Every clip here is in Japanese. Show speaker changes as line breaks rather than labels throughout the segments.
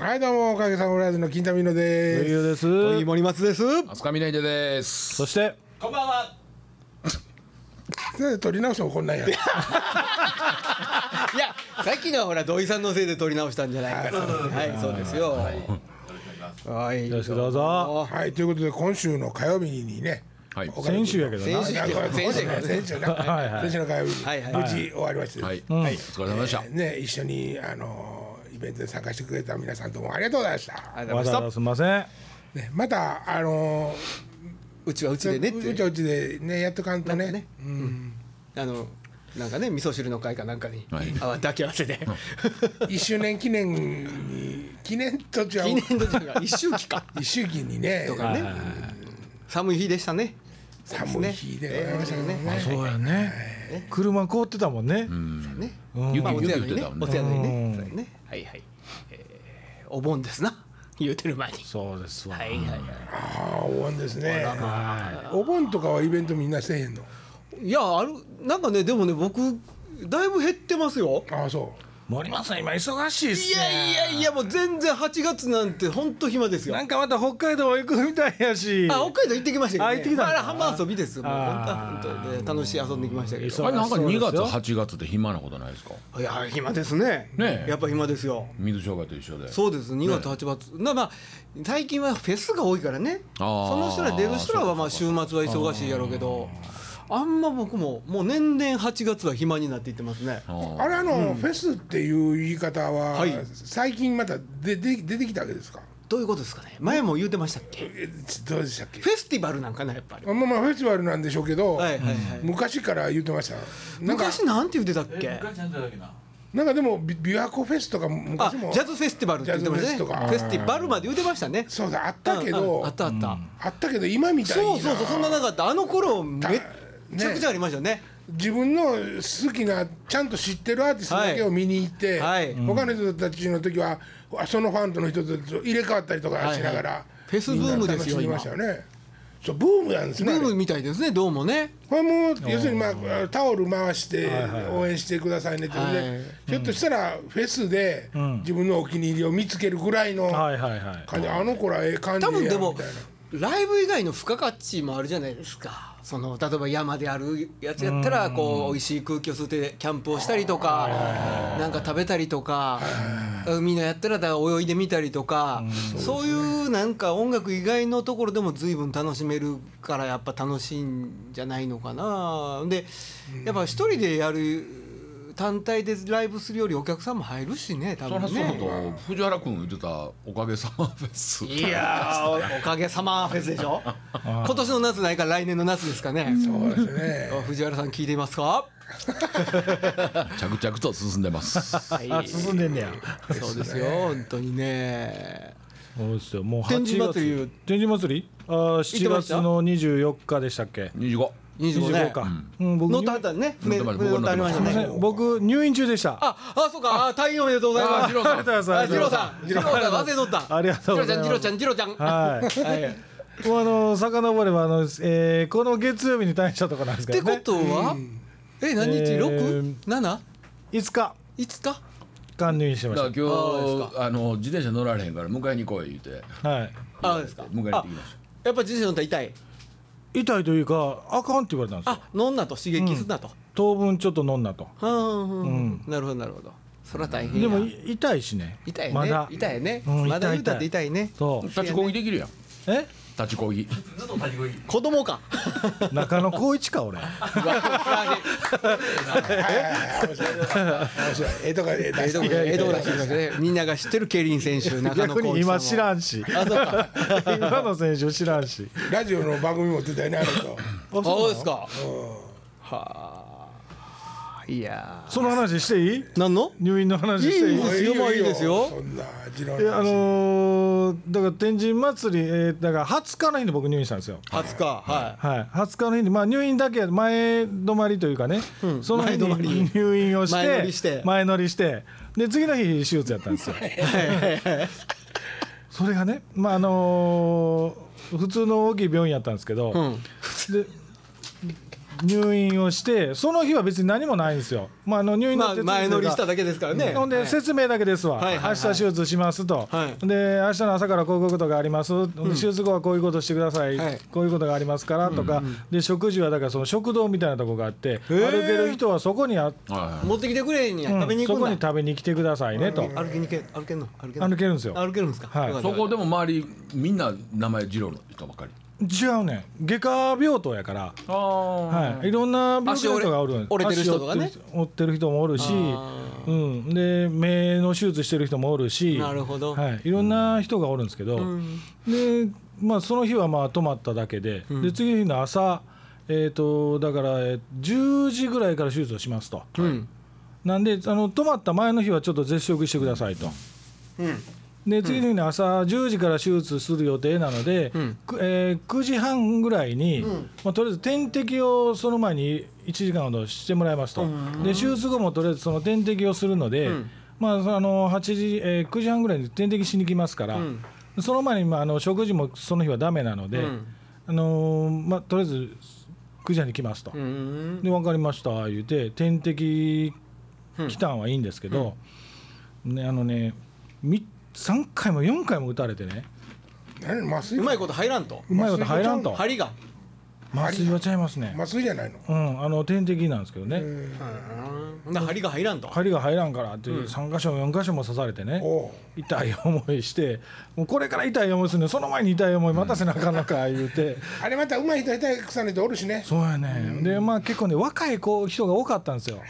はいどうもおかげさんオムライスの金田美乃
余
です
裕です
い森松です。
飛鳥みないでです
そして
こんばんは。
なんで撮り直してもこんなんや
いや、さっきのはほら土井さんのせいで取り直したんじゃないから。はい、そうですよ。はい、
よろしくどうぞ。
はいということで今週の火曜日にね
はい
岡部君
先週やけどな
先週
あごめん
先週
ごめん先週な
はいはい
先週の火曜日に
はいはい
無事終わりまして
はい、
は
はいい、お疲れ様でした、
えーね一緒にあのーイベントで参加してくれた皆さんどうもありがとうございました
ありがとうご
わ
ざ
ざ
い
わ
ま
ざ
し
すみません
ねまたあのー
た。うちはうちでねっ
うち
て。
はうちでねやっとかんとね
あの、なんかね、味噌汁の会かなんかに
はい、
あ、抱き合わせで。
一周年記念に記念と違
記
う
念の時が一周期か。
一周期にね
とかね。寒い日でしたね。
寒い日でございましたけどね
あそうやね車凍ってたもんね
ね。
雪
まあお
雪
手洗
言っ
い
て
ね
たもん。
お
ね
手洗いね
うん
そうやね。はいはい。えーお盆ですな。言うてる前に。
そうですわ
はいはいはい。
ああお盆ですねお盆とかはイベントみんなせえへんの
いやあるなんかねでもね僕だいぶ減ってますよ
ああそ
森松さん今忙しいっ
い
す
や
ね
いやいやもう全然8月なんてほんと暇ですよ
な
あ
んかまた北海道行くみたいやし
北海道行ってきましたけど、ね、
あ行ってきたんだ
あれ浜遊びですもう本当
あー
本当に楽しい遊んできましたけ
そ
ど
う
あれなんか2
そう
月
ですよ
8月って暇なことないですか
いや暇ですね
ねえ
やっぱ暇ですよ
水商売と一緒で
そうです2月8月、なまあ最近はフェスが多いからね
あ
そ
ー
の人ら出る人らはまあ週末は忙しいやろうけどあんま僕ももう年々8月は暇になっていってますね
あ
う
ー
あれあの、フェスっていう言い方は、
はい
最近また出て出てきたわけですか
どういうことですかね前も言うてましたっけ
えちどうでしたっけ
フェスティバルなんかなやっぱり。
まあまあフェスティバルなんでしょうけど、
はいはいはい
昔から言ってましたなんか
昔なんて言ってたっけ？
え、昔なんだっけな。
なんかでもび琵琶湖フェスとか
あ
昔も
ジャズフェスティバルって言ってましたね。
ジ
フ
ャズフェスとか
ェスティバルまで言ってましたね。
そうだあったけど
うんあったあった。
あったけど今みたいにな
そうそうそうそんななかった。あの頃めっちゃくちゃありましたね。
自分の好きなちゃんと知ってるアーティストだけを見に行って、
はいはい
他の人たちの時はそのファンとの人たちと入れ替わったりとかしながら、
はいはいフェスブームですよ
みんな楽しみましたよねそうブームなんです
ブ
ね
ーム
あれ
みたいですね。どうもね。
これもう要するに、まあ、タオル回して応援してくださいねって、
はい
でひょっとしたらフェスで自分のお気に入りを見つけるぐらいの
はいはいはい
感じ、あの子らええ感じ
多
やみた
分で
いな
もライブ以外の付加価値もあるじゃないですか。その例えば山であるやつやったらこう美味しい空気を吸ってキャンプをしたりとかなんか食べたりとか海のやったらだから泳いでみたりとかそういうなんか音楽以外のところでも随分楽しめるからやっぱ楽しいんじゃないのかな。でやっぱ一人でやる単体でライブするよりお客さんも入るしね多
そり
分
ゃそうだ
ね。
と藤原君言ってたおかげさまフェス
いや ーおかげさまフェスでしょ今年の夏ないから来年の夏ですかね
そうですね
あ藤原さん聞いていますか
着々と進ん でます
はい
あ進んでんねや
そうですよ本当にね
そうですよもう
天
8
神祭り
月天神祭りあー7月の24日でしたっけ
25
25ね
かうん僕
乗ったあったね船
乗
船
っ
乗
た
ったありました
すいませ
ね
ん僕入院中でした
ああそうかあ退院おめでとうございます
あ二郎さん
ありがとうござい
あ
ます
二郎さん二郎さん忘れとった
ありがとうございます
二郎ちゃん二郎ちゃん二郎ちゃん
はい
はい
もうあの遡ればあの、えー、この月曜日に退院したとかなんです
っ
け
て
どね。
ことはえ何
え
日
ー
六七
5日
いつか
間入院して
だ
ま
から
し
今
そうです
日あの自転車乗られへんから迎えに来い言うて
た。はい。
あですか
迎えに行ってきまし
やっぱ自転車乗ったら痛い
痛いというかあかんって言われたんですよ。
あ飲んなと刺激すんなと
当分ちょっと飲んだと。
うん、なるほどなるほどそれは大変
で
や
もい痛いしね。
痛いね、
まだ
痛いね、
うん
まだ
痛い
言うたって痛いね
そう。
た立ちこぎできるやん
え
立ちこぎ
ずっと立ち食い。
子供 か
中野光一か俺。
面白いええとか ええ
江
出
戸
して
江戸らしいですねみんなが知ってる競輪選手中野
逆
浩
に
一さんは
今知らんし。
あそうか
今の選手知らんし。
ラジオの番組も出たよねあの人
あ
そ
そうう
ですかはあいや
その話していい？
ーなんの
入院の話していい
いい？ですよまあいいですよ
そんな自論
いやあのーだから天神祭り、えーだから20日の日に僕入院したんですよ。
20日は
はい、20日の日に、まあ、入院だけ前止まりというかね、その日
前止まり
に入院をして
前乗りして
前乗りしてで次の日手術やったんですよ。それがね、まああのー普通の大きい病院やったんですけど、
いうん
で入院をしてその日は別に何もないんですよ、まあ、あの入院の
まあ
手続きが
前乗りしただけですからね。
ほんで説明だけですわ、
はいはいはい
明日手術しますと、
はい
で明日の朝からこういうことがあります、手術後はこういうことしてください、
はい
こういうことがありますからとか、で食事はだからその食堂みたいなとこがあって、歩ける人はそこにあ、
は
持ってきてくれんや。
うん
食べに行
そ
くん
こに
だ。
食べに来てくださいねと、
歩けにけ歩けんの歩けんの
歩けるんですよ。
歩けるんですか。
はい
よか
い
った
そこでも周りみんな名前二郎の人ばっかり
違うねん外科病棟やから、
ああ
はい、いろんな病気の人がおるん
足折れ折れてる人とかね
足折ってる人もおるし、
あ
うん、で目の手術してる人もおるし
なるほど
はい、いろんな人がおるんですけど、で、まあ、その日はまあ泊まっただけで,、で次の日の朝、えー、とだからえー10時ぐらいから手術をしますと、
うん
なんであの泊まった前の日はちょっと絶食してくださいと。で次の日の朝10時から手術する予定なので、くえー9時半ぐらいに、まあ、とりあえず点滴をその前に1時間ほどしてもらいますと、で手術後もとりあえずその点滴をするので、まあ、そのあの8時、えー9時半ぐらいに点滴しに来ますから、その前に、まあ、あの食事もその日はダメなので、あのーまあ、とりあえず9時半に来ますと。
うん
で分かりました言うて点滴来たんはいいんですけど、ねあのね3回も4回も打たれてね
何麻酔
うまいこと入らんと。
うまいこと入らんと
針が。
麻酔はちゃいますね、
麻酔じゃないの
うん、あの点滴なんですけどね、
うんな針が入らんと。
針が入らんからっていう3箇所も4箇所も刺されてね、
おう
痛い思いしてもうこれから痛い思いするのにその前に痛い思いまたせなあかんのか言うて、
あれまたうまい人下手くさんの人おるしね
そうやね、でまあ結構ね若い子人が多かったんですよ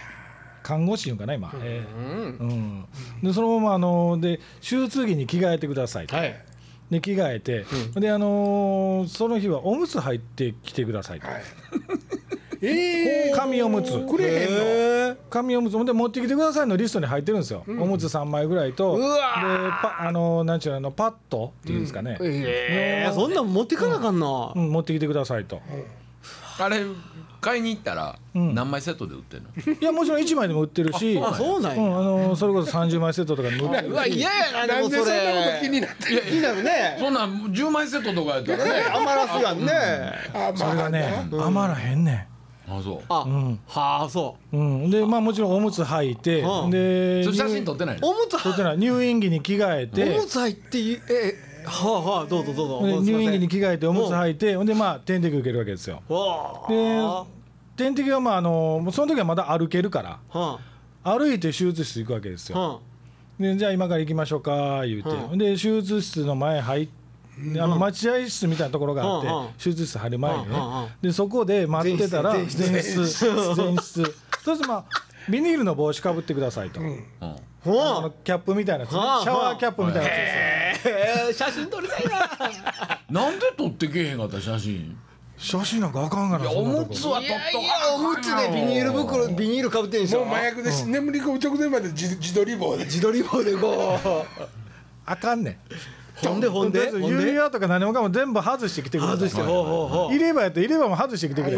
看護師いうんかな今、ええ
うん。
うん、でそのままあので手術着に着替えてくださいと、
はい。
で着替えて、であのーその日はおむつ入ってきてくださいと、
はいええ
紙おむつ
くれへんの、
紙おむつほんで持ってきてくださいのリストに入ってるんですよ、おむつ3枚ぐらいと
う
で
わ
パあのーなんちゅうのあのパッドっていうんですかね、うん
ええ、そんなん持ってかなあかんな。
持ってきてくださいと、
あれ買いに行ったら何枚セットで売ってるの、
いやもちろん1枚でも売ってるし
あ、そうなん
う
や。
んあのーそれこそ30枚セットとかでも売って
う
る
わ、嫌やな、で
な
も
ん
そ
で
れ。
そんなこと気になってる
気になるね。
そんなん10枚セットとかやったらね
ね余らすやんね。
あ
それがね
な
余らへんねん
あそう
あ
ん、
はあ、そ
うん、でまあもちろんおむつ履いて、
はあ。
で
それ写
入
真撮ってないうの
おむつ
撮ってない入院着に着替えて
おむつ入っていえはあはあどうぞどうぞ
で
すいま
入
せん
院着に着替えておむつ履いてほんでまあ点滴受けるわけですよ
わあ
で点滴はまああのもうその時はまだ歩けるから
は
歩いて手術室行くわけです
あ
よ
は
でじゃあ今から行きましょうか言うて、
はあ
で手術室の前入ってあの待合室みたいなところがあって、
はあはあ
手術室入る前にね、
はあはあ
でそこで待ってたら前
前
室前室前室そうするとまあビニールの帽子かぶってくださいと、
うん
あ
あの
は
キャップみたいなやつね、
はあ
シャワーキャップみたいなやつですよ
あえー写真撮りたいな
なんで撮ってけえへんかった写真
写真なんかあかんが
い
な
や
そ
お
んなと
む
こ
つは撮っと
やおむつでビニール袋ビニールかぶってんでし
も
ょ
う麻薬でし眠り込む直前まで自自撮り棒で
自撮り棒でこう
あかんねん
ほんでほんでほん
指
で
輪とか何もかも全部外してきてくれ
外してほうほうほう
入れ歯やったら入れ歯も外してきてくれ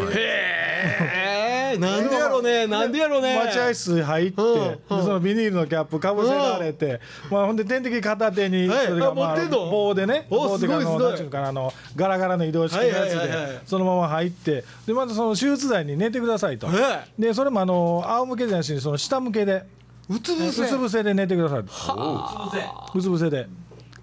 えーなんでやろうねなんでやろうね
待合室入って、
うん
でそのビニールのキャップかぶせられて、まあ、ほんで点滴片手に、
はい
それが
あ持ってんの
棒でね
お
棒ってうかあ
すごい
の
すごい
なんていうのかなあのガラガラの移動式のやつで、
はいはいはいはい
そのまま入ってでまたその手術台に寝てくださいと、
え
でそれもあの仰向けじゃなしにその下向けで
うつ
う
ぶせ
つ伏せで寝てくださいと。
すいま
うつ伏せで。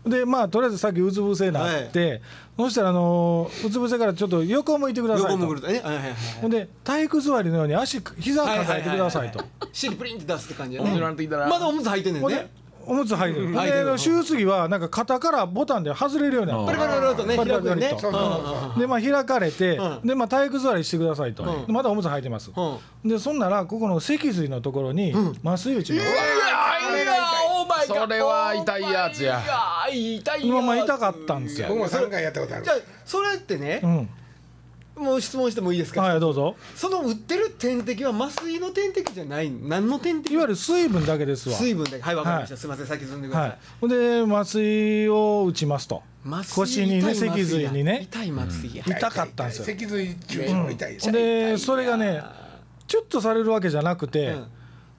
でまあとりあえずさっきうつ伏せになって、そしたらあのーうつ伏せからちょっと横向いてください
横
と
もぐるとえはいはいはい
ほんで体育座りのように足膝を抱えてくださいと、
尻プリンって出すって感じや
おむつ
ね
られてきたら
まだおむつ履いてんね
ほ
んね
んでおむつ履いてる、
うん
ほん
履いて
で
る
あの手術着はなんか肩からボタンで外れるようになって
パリパリパリとね
パリパ
開
リ
くよね
そうそうそう
でまあ開かれて、
うん
でまあ体育座りしてくださいと、
うん
でまだおむつ履いてます、
うん
でそんならここの脊髄のところに麻酔打ちの、
いや
オーマイガッド
それは痛いやつや
いや痛いやつ
今まあ痛かったんですよ
僕も3回やったことある
じゃあそれってね
う、ん、
もう質問してもいいですか、
はいどうぞ
その売ってる点滴は麻酔の点滴じゃない何の点滴
いわゆる水分だけですわ
水分だけはいわかりました、
は
すいません先進んでください、
はい、ほんで麻酔を打ちますと
麻酔
腰にね
痛い麻
脊
酔
髄にね
痛い麻酔や、
痛かったんですよ
脊髄中心も痛いし、
ほんでそれがねちょっとされるわけじゃなくて、
うん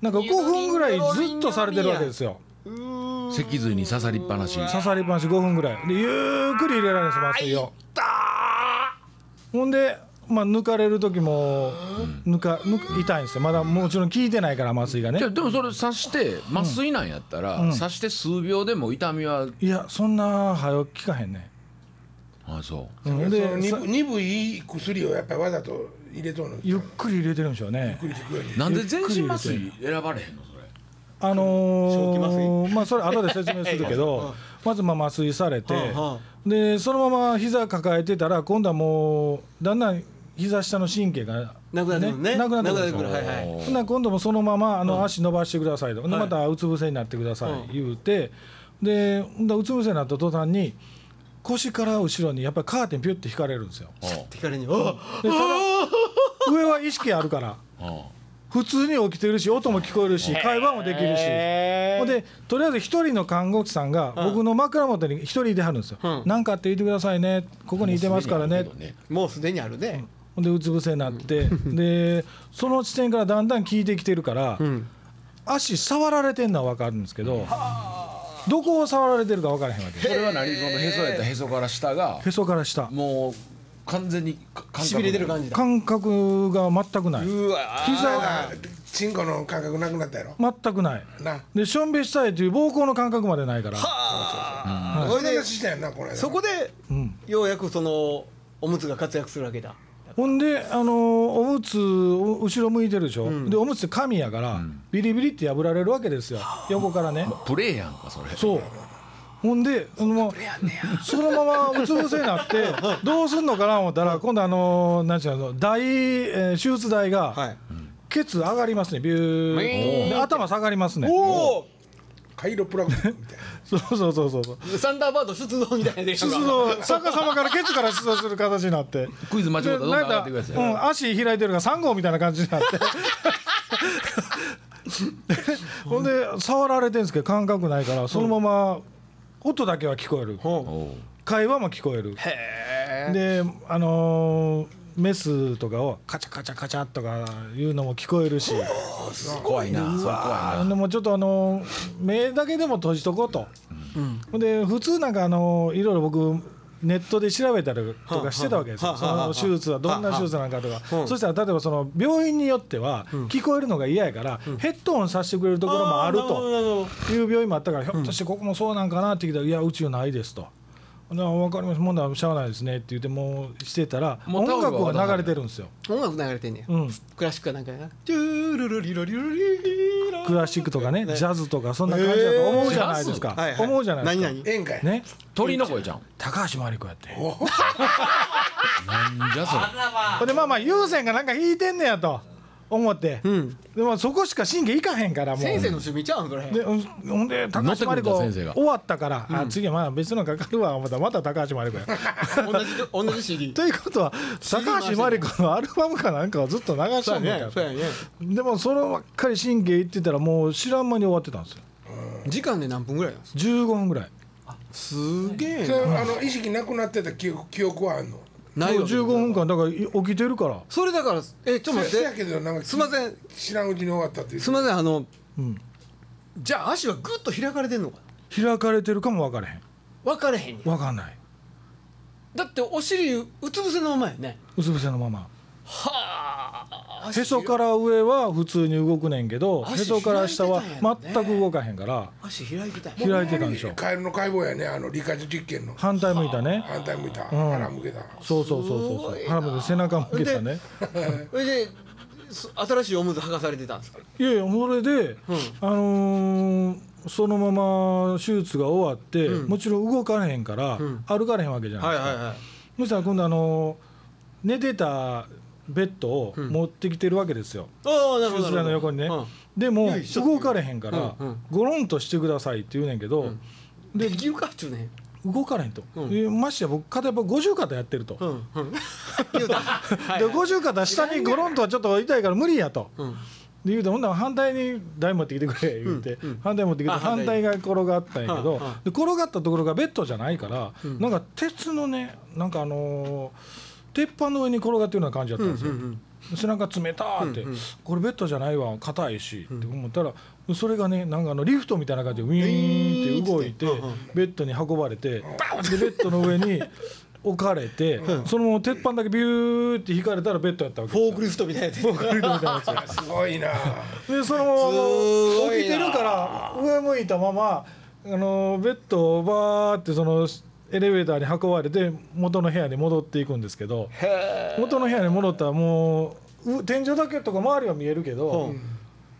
なんか5分ぐらいずっとされてるわけですよ
脊髄に刺さりっぱなし
刺さりっぱなし5分ぐらいでゆっくり入れられるんです麻酔をほんでまあ、抜かれる時も抜か抜く痛いんですよまだもちろん効いてないから麻酔がね
いやでもそれ刺して麻酔なんやったら、刺して数秒でも痛みは、
いやそんな早く効かへんね
あそう
うん
その
でさ
鈍鈍い薬をやっぱりわざと入れとるのゆ
ゆ
っ
っくり入れてるんでしょうね
くり聞くように
なんで全身麻酔選ばれへんのそれ
あのーまあそれ後で説明するけ どまずまあ麻酔されて
うん
でそのまま膝抱えてたら今度はもうだんだん膝下の神経が
なくなってくるね
なくなってくるでしょ
なくなってくるはいはい
ほんなら今度もそのままあの足伸ばしてくださいと、でまたうつ伏せになってください、言うてでほんだらうつ伏せになった途端に腰から後ろにやっぱりカーテンピュッて引かれるんですよ
って彼に「お
でただ 上は意識あるから普通に起きてるし音も聞こえるし会話もできるしほんでとりあえず一人の看護師さんが僕の枕元に一人いてはるんですよ
う
「
ん
何、かあって言ってくださいねここにいてますからね」
もうすでにあるね
ほんでうつ伏せになって、でその地点からだんだん効いてきてるから、足触られてんのは分かるんですけど、どこを触られてるか分からへんわけ
それは何そのへそやったらへそから下が
へそから下
もう完全にか
しびれてる感じだ
感覚が全くないう
わ
膝が
あチンコの感覚なくなったやろ
全くない
な
でしょんべんしたいという膀胱の感覚までないから
それでしたやんなこの間
そこで
ん
ようやくそのおむつが活躍するわけだ
ほんであのーおむつを後ろ向いてるでしょ、でおむつって紙やから、ビリビリって破られるわけですよ横からね
プレーやんかそれ
そうほんでそのままそのままうつ伏せになって どうすんのかな思ったら今度あのなんちゅうの台、えー手術台が
い
ケツ上がりますねビューで頭下がりますね
おお
カイロプラクティックみたいな
そうそうそうそうそう
サンダーバード出動みたいなでしょ
出動逆さまからケツから出動する形になって
クイズ間違ったらどんどん上がっていくやつ
で
や
なんかうん、足開いてるが3号みたいな感じ になってほんで触られてるんですけど感覚ないからそのまま音だけは聞こえる、
おう
会話も聞こえるであのーメスとかをカチャカチャカチャとかいうのも聞こえるし
怖いなそれ怖い
あ
な
でもちょっとあのー目だけでも閉じとこうと、ほんで普通なんかあのーいろいろ僕ネットで調べたりとかしてたわけですよ、
はあはあはあ
その手術はどんな手術なんかとか、そしたら例えばその病院によっては聞こえるのが嫌やから、ヘッドホンさせてくれるところもあると。いう病院もあったから、ひょっとしてここもそうなんかなって聞いたら、いや、宇宙ないですと。な分かります、問題はしゃあないですねって言って、もうしてたら、
もう
音
タオルは
楽は流れてるんですよ。
音楽流れてんね
う
や
ん、
クラシックかなんかやなトゥルルリロリロリロ
クラシックとかね、ジャズとか、そんな感じだと思うじゃないですか。
はいはい
思うじゃないですか。
何々
ええんかい
ね、
鳥の声じゃん
高橋真理子やって。
じゃあそれ
あらま
ほんで、まあまあ、優先がなんか弾いてんねやと思って、でもそこしか神経いかへんから、もう。
先生の趣味ちゃうんそれ
でうんほんで高橋真理子
乗ってくるんだ先生が
終わったから、あ次はまあ別のかかるわ思ったらまた高橋真理子や
同じ同じ CD
ということは高橋真理子のアルバムかなんかをずっと流して
そ
る
うん
だよ
ねそうやね
でもそればっかり神経いってたらもう知らん間に終わってたんですよ
時間で何分ぐらいなんですか
15分ぐらい
すげえ
それあの意識なくなってた記憶記憶はあんの
ないよ
15分間だからい起きてるから
それだからえちょっと待
せ
っ
や
て
けどなんか
すいません
知らんうちに終わったっていう
すみませんあの
ん
じゃあ足はぐっと開かれてんのか
開かれてるかも分からへん
分かれへんねん
分かんない
だってお尻うつ伏せのままやね
うつ伏せのまま
はあ
へそから上は普通に動くねんけどへ
足
そから下は
開いてたんやね
全く動かへんから
足開いてたんや
開いてたんでしょ
カエルの解剖やねあの理科実験の
反対向いたね
反対向いた腹向けた
そうそうそうそうそう腹まで背中向けたね
それでそ新しいおむつ剥がされてたんですか
いやいやそれで、あのーそのまま手術が終わって、もちろん動かれへんから、歩かれへんわけじゃないですか、
は
そしたら今度あのー寝てたベッドを持ってきてるわけですよ、
ああなる
手
ほど
術台の横にね、
うん
でも
よいしょ
動かれへんから、
うんうん
ゴロンとしてくださいって言うねんけど、
で牛かっちゅうね
動かれへんと、
うん
でましてや僕肩やっぱ50肩やってると、
うんうん言うた はい
で
はい
50肩下にゴロンとはちょっと痛いから無理やと、
ん
で言うてほんなら反対に台持ってきてくれ言うて、反対持ってきて
あ
反対
反対
が転がったんやけど、
はあは
で転がったところがベッドじゃないから、なんか鉄のねなんかあのー鉄板の上に転がってるような感じだったんですよ、背中冷たーって、これベッドじゃないわ硬いし、って思ったらそれがねなんかあのリフトみたいな感じでウィーンって動いて、ベッドに運ばれて、でベッドの上に置かれて、そのまま鉄板だけビューって引かれたらベッドやったわけ
フォークリフトみたいなやつ
すごいな
でそのままもう
すごいな
起きてるから上向いたままあのベッドをバーってそのエレベーターに運ばれて元の部屋に戻っていくんですけど元の部屋に戻ったらもうう天井だけとか周りは見えるけど、
うん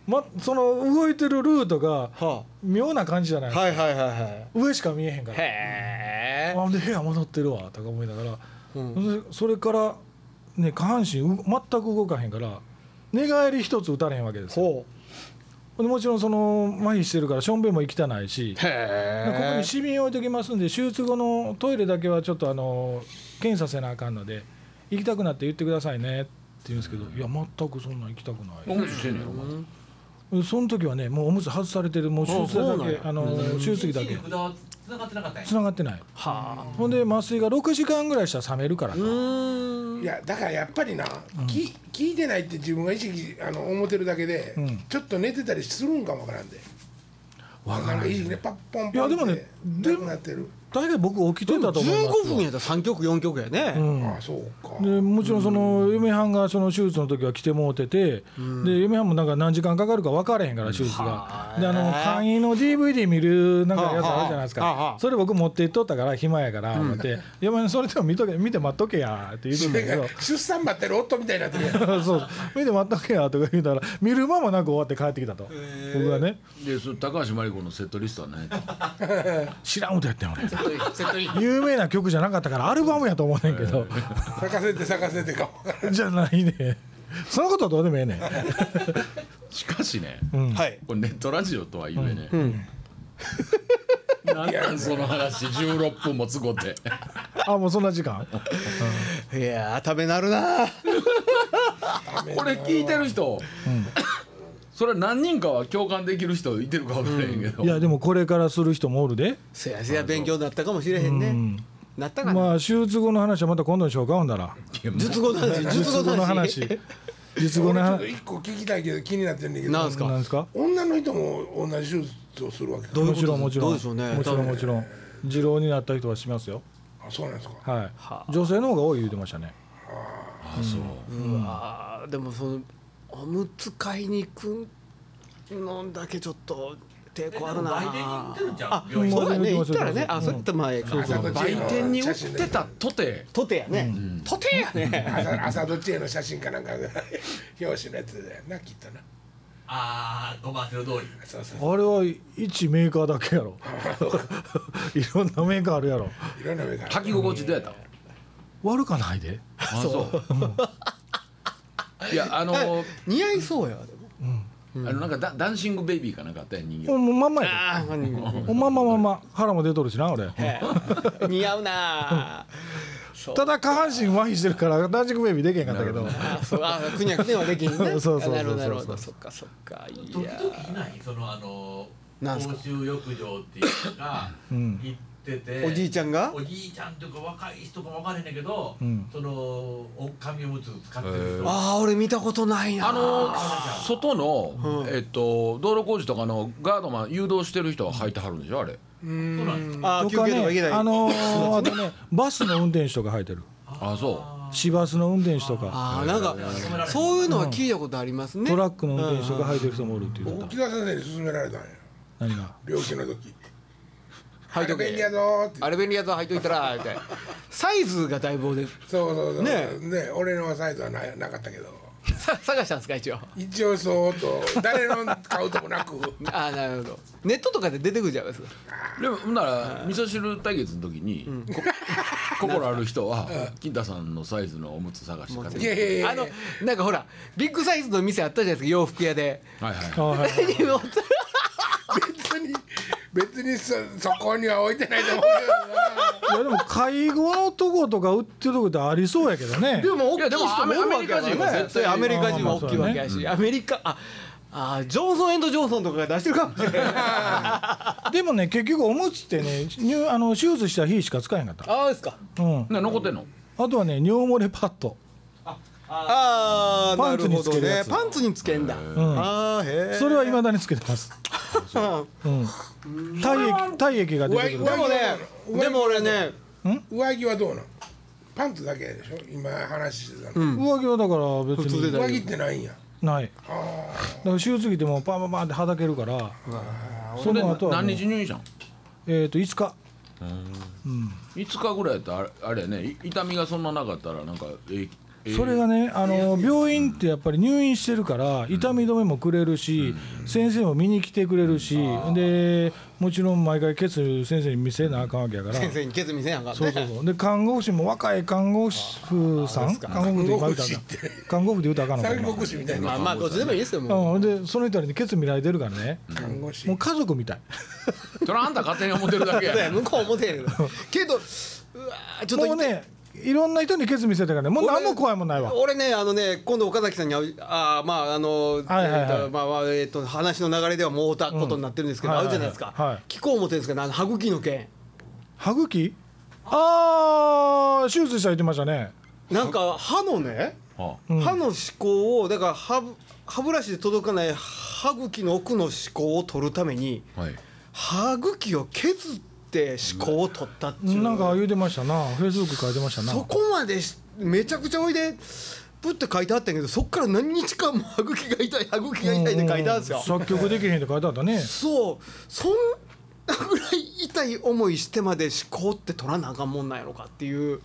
ま、その動いてるルートが
は
妙な感じじゃない、
あはいはいはいはい
上しか見えへんから
へ
あで部屋戻ってるわとか思いながら、
うん
それから、ね、下半身う全く動かへんから寝返り一つ打たれへんわけですよ。
ほ
でもちろんその麻痺してるからしょんべんも汚いし
うへ
ここに市民置いておきますんで手術後のトイレだけはちょっとあの検査せなあかんので行きたくなって言ってくださいねって言うんですけどいや全くそんなん行きたく
お
な
むつしてんねやろまだ
いその時はねもうおむつ外されてるもう手術
あ
だ
そうなん
け
や
あの手術着だけ
一日に札は繋がってなかったんや
つながってない
は
ほんで麻酔が6時間ぐらいしたら冷めるから
あう
と
ーん
いやだからやっぱりな、き聞いてないって自分が意識あの思ってるだけで、
ん
ちょっと寝てたりするんかもわからんでわからん意識ねパッポン
い
ポン
や
って
でもね
なくなってる
大概僕起きてたと思います
15分やったら3曲4曲やね、
うん
ああそうか
でもちろんその嫁はんがその手術の時は来てもうてて、で嫁はんもなんか何時間かかるか分からへんから手術が
は、い
であの簡易の DVD 見るなんかやつあるじゃないです
はあはあは
か
あ
それ僕持っていっとったから暇やから思って「嫁はんそれでも見とけ見て待っとけや」って言うんだけど
出産待ってる夫みたいになってるやん
そうそう見て待っとけやとか言うたら見る間もなく終わって帰ってきたと僕がね
でそ高橋真理子のセットリストは何やったの
「知らんことやってん俺」
セットリス
有名な曲じゃなかったからアルバムやと思うねんけど。
咲かせて咲かせてかわからん
じゃないねそのことはどうでもええねん
トしかしね
はい
これネットラジオとは言えね、なんなんその話16分もつごて
あもうそんな時間
いやー食べなるな
これ聞いてる人、それは何人かは共感できる人いてるか分からへんけど、
いやでもこれからする人もおるで
せやせや勉強になったかもしれへんね、なったかな、
まあ手術後の話はまた今度にしようかほんだら
術後の話術
術後
後
の
の
話
話
術後
俺
の
ちょっ と
話
一個聞きたいけど気になってるんだけど
なんです
なん
か
ですか
女の人も同じ手術をするわけか
どういう
も
こ
ちろ
と
んもちろん
どうでしょうね
もちろんもちろん持老になった人はしますよ
あそうなんですか
はい女性の方が多い言うてましたね
あそう、
うわーでもそのおむつ買いに行くのんだけちょっと抵抗あるな
えでも売店行ってるんちゃう
あ
病
院
そうだね行ったらね
うん
あそうやったらまあええか
そうそう
売店に売ってたとて
とてやねとてやね
朝 朝どっちへの写真かなんか表紙のやつだよなきっとな
あー、ごませの通り。
そうそう
あれは一メーカーだけや ろいろんなメーカーあるやろ
いろんな目が
履き心地どうやった、
悪かないで
あそう、いやあの,、
似合いそうやでも
あのなんかダダンシングベイビーかなんかあったやん人
もうもうま
形
んまや
あ ー
でもうまんままんま腹も出とるしな俺
似合うなそう
ただ下半身麻痺してるから男クベイビーできへんかったけど
あそうあくにゃくにはできんね
そうそうそうそう
なるほどなるほどそっかそっかい
時
や
々いないそのあの
なんすか
公衆浴場っていうか
ん
行ってて
おじいちゃんが
おじいちゃんというか若い人か分からへんねんけど、
ん
そのお紙おむつ使ってる人
あー俺見たことないな
あの外の、えっと、道路工事とかのガードマン誘導してる人は履いてはるんでしょあれ
そうなんです
あー
と
休
か
憩とかいけ
ね
ない
あのーあとねバスの運転手とか履いてる
あそ
市バスの運転手とか
あーなんかそういうのは聞いたことありますね
トラックの運転手とか履いてる人もおるっていうこ
木田先生に勧められたんや
何が
病気の時
はいと
あれ便利
け
やぞーって
あれ便利やぞ履いといたらみたいなサイズがだいぶで
そうそうそう
ね
ね俺のサイズはななかったけど
さ探したんですか一応
一応そうと誰の買うともなく
ああなるほどネットとかで出てくるじゃないですか
うでもほんなら味噌汁対決の時に、こ心ある人は金太さんのサイズのおむつ探して買って
いやいやいや
あのなんかほらビッグサイズの店あったじゃないですか洋服屋で
はいはい
あはい
何 を
別に別にそそこには置いてないと思うけどない
やでも介護のとことか売ってるとこってありそうやけどね
でも
いやでもアメリカ人は絶対
アメリカ人は大きいわけやし、アメリカああジョンソンエンドジョンソンとかが出してるかもしれない
でもね結局おむつってね入あの手術した日しか使えへんかっ
ああですか
た、うん、
な残ってんの
あとはね尿漏れパッド
ああ
パ
な
ンツ
る
に
ほ
つ
ど
けるや
ね
つ
パンツにつけんだ、ああへえ
それはいまだにつけてます、うん、体液体液が出てくる
上着
でもねでも俺ね
上着はどうなんパンツだけでしょ今話してたの、
上着はだから別
普通
に
で
上着ってないんや
ないだから手術着てもパンパンパンってはだけるからそ
それ
の後はもう
何日入院したん
えっと5日
5日ぐらいやったらあれあれやねい痛みがそんななかったらなんかえいえい
それがねあの病院ってやっぱり入院してるから痛み止めもくれるし先生も見に来てくれるしでもちろん毎回ケツ先生に見せなあかんわけやから
先生にケツ見せなあかん
そうそうそうで看護師も若い看護婦さん看護婦で今言うたらあかんな看護婦で言うたらあかん
三
のか
国志みたいな
まあまあどっちでもいいですよ
な
もう、
うんでその人にケツ見られてるからね
看護師
もう家族みたい
それはあんた勝手に思ってるだけ や
そうや
ね
向こう思てへんけどけどうわーちょっと
もうねいろんな人にケツ見せてからねもう何も怖いもんないわ
俺ねあのね今度岡崎さんに会うあーまああ
はい
の、
はいはい
えーとまあまあえーと話の流れではもう会ったことになってるんですけど、
うん
会うじゃないですか、
はいはいはい
聞こう思ってるんですけどあの歯茎の件
歯茎ああ手術した言ってましたね
なんか歯のね、
は
歯の歯垢をだから歯歯ブラシで届かない歯茎の奥の歯垢を取るために
あはい
歯茎を削って歯垢を取ったっていう
なんか言うてましたなフェイスブック書いてましたな
そこまでしめちゃくちゃおいでプって書いてあったんやけどそっから何日間も歯茎が痛い歯茎が痛いって書いてあるんですよ、
作曲できへんって書いてあったね
そうそんなぐらい痛い思いしてまで思考って取らなあかんもんなんやろかっていう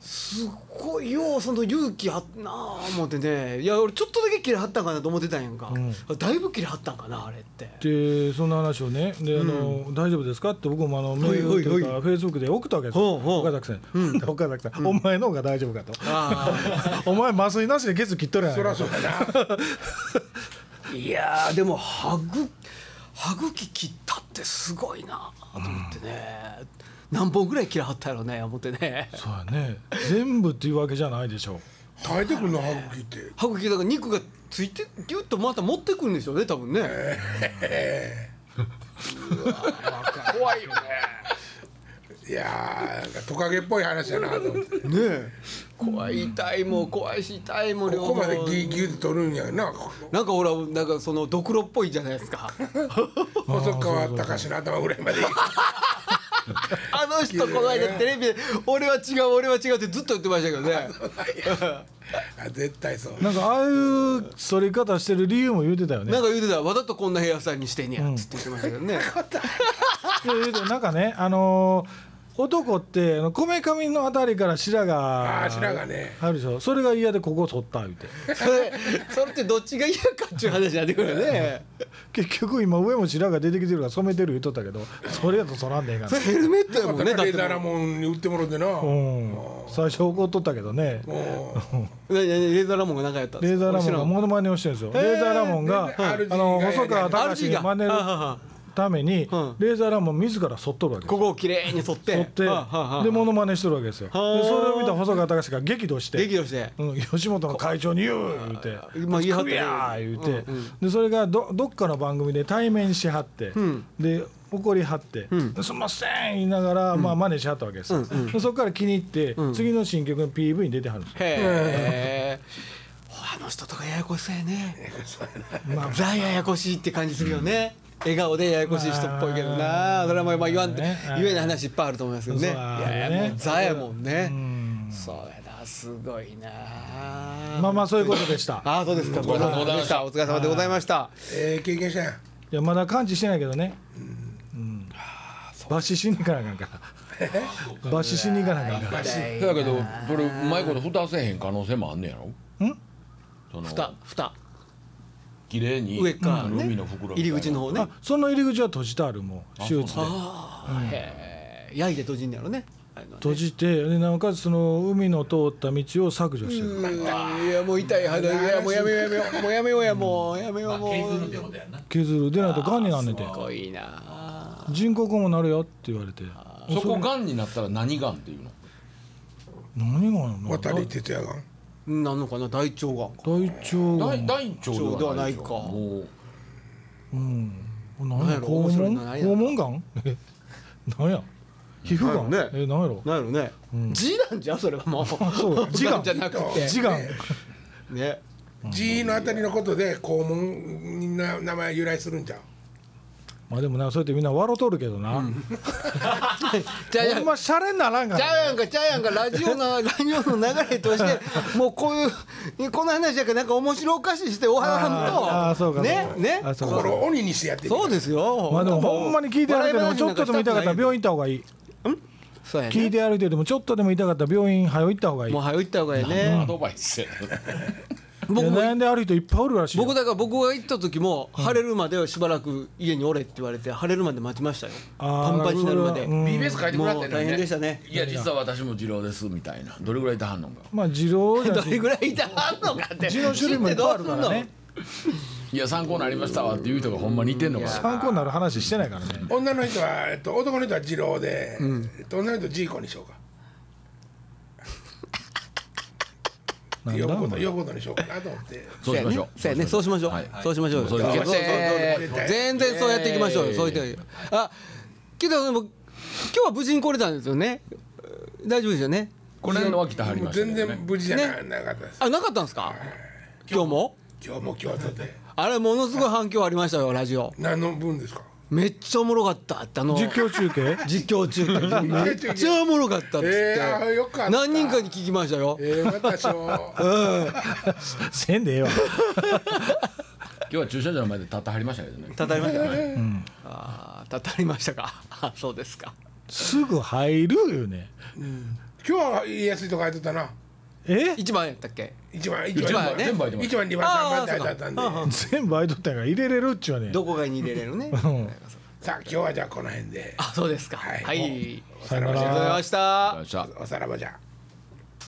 すごいようその勇気あったなあ思ってねいや俺ちょっとだけ切れはったんかなと思ってたんやんか、だいぶ切れはったんかなあれって
でそんな話をねであの、大丈夫ですか?」って僕もあのメールというかフェイスブックで送ったわけですよ
ほうほう
岡崎さん、で岡崎さん、お前の方が大丈夫かと」
あ
お前麻酔なしでケツ切っとるや
そり
ん
ゃそうだない
やーでも歯ぐ歯茎切ったってすごいなあと思ってね、何本ぐらい切れはったやろね思ってね
そうやね全部っていうわけじゃないでしょ
生えてくるの歯茎って
歯茎だから肉がついてギュッとまた持ってくるんですよね多分ね
怖いよね
いやーなんかトカゲっぽい話やなと思ってこ
ねえ怖い痛いも怖いし痛いも両
こ
方
までギュギュッと取るんやな
なんかほらなんかそのドクロっぽいじゃないですか
細川隆の頭ぐらいまで
あの人この間テレビで「俺は違う俺は違う」ってずっと言ってましたけどね
あ絶対そう
なんかああいう反り方してる理由も言うてたよね
なんか言ってたわざとこんなヘアスタイルにしてんねやっつって言ってましたけどね、
いやいやでもなんかねあのー男ってあのこめかみのあたりから白
ああ
が
白がね
あるでしょそれが嫌でここ剃った言うて
それ それってどっちが嫌かっちゅう話になってくるよ ね
結局今上も白が出てきてるから染めてる言うとったけどそれやと剃らんでええか
そ
ら
れヘルメットや
ま
もん
た
ねだっ
レー
て
ダーラモンに売ってもらってな
う
も
ん最初怒っとったけどね
う
レーザーラモンが何かやったんで
レ
す
ーザーラモンが
ン
モノマネをしてるんですよレーザーラモンが
レーザー
はい
RG
あの
が
細川隆
RG
に
が
真似る
はいはいはい
ために
ん
レーザーラモン自ら剃っとるわけです
ここをきれいに剃って
剃って
はあはあはあ
でモノマネしてるわけですよでそ
はあ
れを見た細川隆が激怒して
激怒して
うん、吉本の会長に言う言うて「
まあ言い張っ
作
て
るや!」言うて、でそれがどどっかの番組で対面しはって、で怒りはって「すんません!」言いながら、まあ、真似しはったわけですよ、でそこから気に入って、次の新曲の PV に出てはるんですよ、
へえあの人とかややこしいねまあザややこしいって感じするよね笑顔でややこしい人っぽいけどなそれはまあ言わんと
ね
言えない話いっぱいあると思いますけどね
そう
い
だね
やいやもうザやもんね
ん
そうやなすごいな
まあまあそういうことでした
ああそうですかお疲れ様でしたお疲れ様でございました
ええ経験したやん
いやまだ完治してないけどね、うん、抜歯しに行かなあかんから抜歯しに行かなあかんから
だけどそれうまいこと蓋せへん可能性もあんねやろ
ん
その
蓋蓋
綺麗に
上からね
海の袋みた
入
い
り
な
口の方ね
あその入り口は閉じてあるもう手術で
へえ焼いて閉じんねやろねあの
閉じてでなおかつその海の通った道を削除してる
いやもう痛い肌いやもうやめようやめようもうやめようやもうやめよ
ま
う
あ
も
ケイズ
う
ルってことやんな
削る出ないとがんになんねんて
すごいな
人工肛門なるよって言われて
そこがんになったら何がんっていうの
何があんの
渡
だ
り哲也がん
なんのかな大腸がんか
大腸
大大腸ではないでしょ
そうではないか
もう
何
なんやろ面
肛
白い
門
のないやろ
肛門がんえ 何や皮膚がん
なんやろね
え何やろ
なんやろね字なんじゃんそれはもう
そう
字なんじゃなくて
字がん
ね
G のあたりのことで肛門にな名前由来するんじゃん
まあでもなそうやってみんな笑うとるけどな、
じゃあ
ほんまシャレにならんが
じゃあ
な
やんかじゃあやんかラジオのラジオの流れとしてもうこういうこの話だけなんか面白おかしいしてお
あーあー
は
そう
らん
かそう
とね
か
ね
あそうか
心を鬼にしてやってる
そうですよ
まあでもほんまに聞いてある人でもちょっとでも痛かったら病院行った方がいい
そうやね
聞いてある人でもちょっとでも痛かったら病院早よ行った方がいい
もう早う行った方がいいね
アドバイスや
いや
僕も
悩んである人いっぱいおるらしいよ
僕だから僕が行った時も晴れるまではしばらく家におれって言われて晴れるまで待ちましたよ
あー
パンパンになるまで
それはうん
BBS 書いてもらっ
も
て
うん
の
大
に
変で
ね
したね
いや実は私も次郎ですみたいなどれぐらいいたはんのか
まあ二郎 じゃ
ど
な
れ
い
ぐらいいたはんのかって
字の種類もいっぱいある から
知ってどうすん
ね
の
いや参考になりましたわっていう人がほんまにいてんのかな
参考になる話してないからね
女の人は、えっと、男の人は二郎で、えっと、女の人はジーコにしようか
な
呼
んだ
ぶ
お
こと
前
呼ぶことにしようかなと思って
そうしましょう
そうやねそうしましょう
はい
そうしましょう
そうしましょう
そうそうそうそう全然そうやっていきましょうよ
えー
そういう時あけどでも今日は無事に来れたんですよね大丈夫ですよね
この辺のは来てはり
もう
ました
全
けど
然
ね
無事じゃな,、かったです
あなかったんですか今日も
今日も今日とて
あれものすごい反響ありましたよラジオ
何の分ですか
めっちゃおもろかったってあの
実況中 継
実況中継めっちゃおもろかったっつって、
えーあーよかった
何人かに聞きましたよ、
えー、またしょう
せんでええ わ
今日は駐車場の前で立ってはりましたけどね
たたりましたか、あーたたりましたか あそうですか
すぐ入るよね
今日は言いやすいとこ書いてたな
え
一番やったっけ
一番
全
一
部
番
番ね
全部入ってま
一
す
番二番三
あ
番
ー
って書いてあったんで
そうか
全部アイドルやから入れれるっちゅうねん
どこかに入れれるね
さあ今日はじゃあこの辺で
あそうですか
はい
はい、あり
おさらば
が
じ
とうござい
ゃ
ました
よっしゃ
おさらばじゃ